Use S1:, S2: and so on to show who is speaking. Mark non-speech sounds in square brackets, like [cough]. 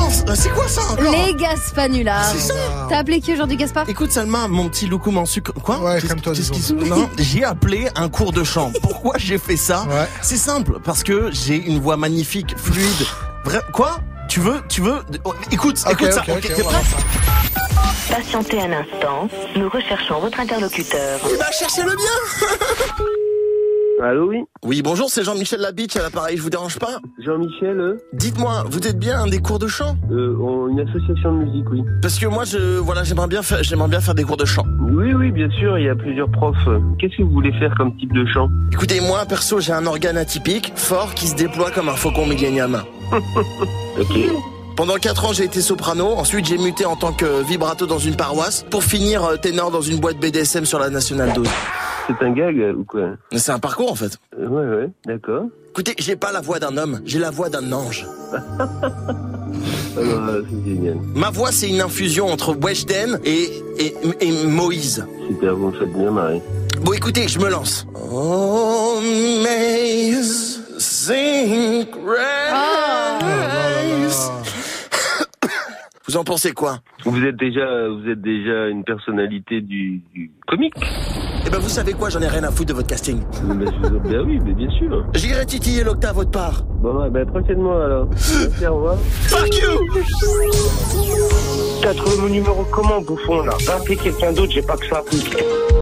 S1: Ah, c'est quoi ça encore
S2: Les Gaspanulas.
S1: C'est ça
S2: T'as appelé qui aujourd'hui, Gaspard
S1: Écoute Salma, mon petit loukoum en sucre. Quoi
S3: Ouais,
S1: Qu'est-ce-
S3: calme-toi,
S1: qu'est-ce
S3: dis
S1: qui se- Non, j'ai appelé un cours de
S3: [laughs]
S1: chant. Pourquoi j'ai fait ça
S3: Ouais.
S1: C'est simple, parce que j'ai une voix magnifique, fluide. Vra- Quoi Tu veux Tu veux Oh, Écoute,
S3: Ok,
S1: écoute ça.
S3: ok,
S1: Ok,
S3: ok,
S1: t'es
S3: on va
S1: prêt
S3: voir ça.
S4: Patientez un instant, nous recherchons votre interlocuteur.
S1: Eh ben, cherchez-le bien.
S5: Allô, oui
S1: Oui, bonjour, c'est Jean-Michel Labiche à l'appareil. Je vous dérange pas
S5: Jean-Michel, euh,
S1: Dites-moi, vous êtes bien un des cours de chant
S5: euh, on- une association de musique, oui.
S1: Parce que moi, je voilà, j'aimerais bien faire, j'aimerais bien faire des cours de chant.
S5: Oui, oui, bien sûr, il y a plusieurs profs. Qu'est-ce que vous voulez faire comme type de chant
S1: Écoutez, moi, perso, j'ai un organe atypique, fort, qui se déploie comme un faucon millénium.
S5: Ok.
S1: Pendant 4 ans, j'ai été soprano, ensuite j'ai muté en tant que vibrato dans une paroisse, pour finir euh, ténor dans une boîte BDSM sur la National 12.
S5: C'est un gag euh, ou quoi
S1: Mais C'est un parcours en fait.
S5: Euh, Ouais, ouais, d'accord.
S1: Écoutez, j'ai pas la voix d'un homme, j'ai la voix d'un ange.
S5: Alors, euh, c'est génial.
S1: Ma voix, c'est une infusion entre Weshden et, et, et Moïse.
S5: Super, vous me faites bien marrer.
S1: Bon, écoutez, je me lance. Amazing grace. Ah. Vous en pensez quoi
S5: Vous êtes déjà, vous êtes déjà une personnalité du, du comique
S1: Eh ben, vous savez quoi, j'en ai rien à foutre de votre casting.
S5: Mais je vous- Ben oui, mais bien sûr.
S1: J'irai titiller l'octave à votre part.
S5: Bon, ouais, ben prochainement alors. Merci, au revoir.
S1: Fuck you
S5: T'as trouvé mon numéro comment, bouffon, là Va appeler quelqu'un d'autre, j'ai pas que ça.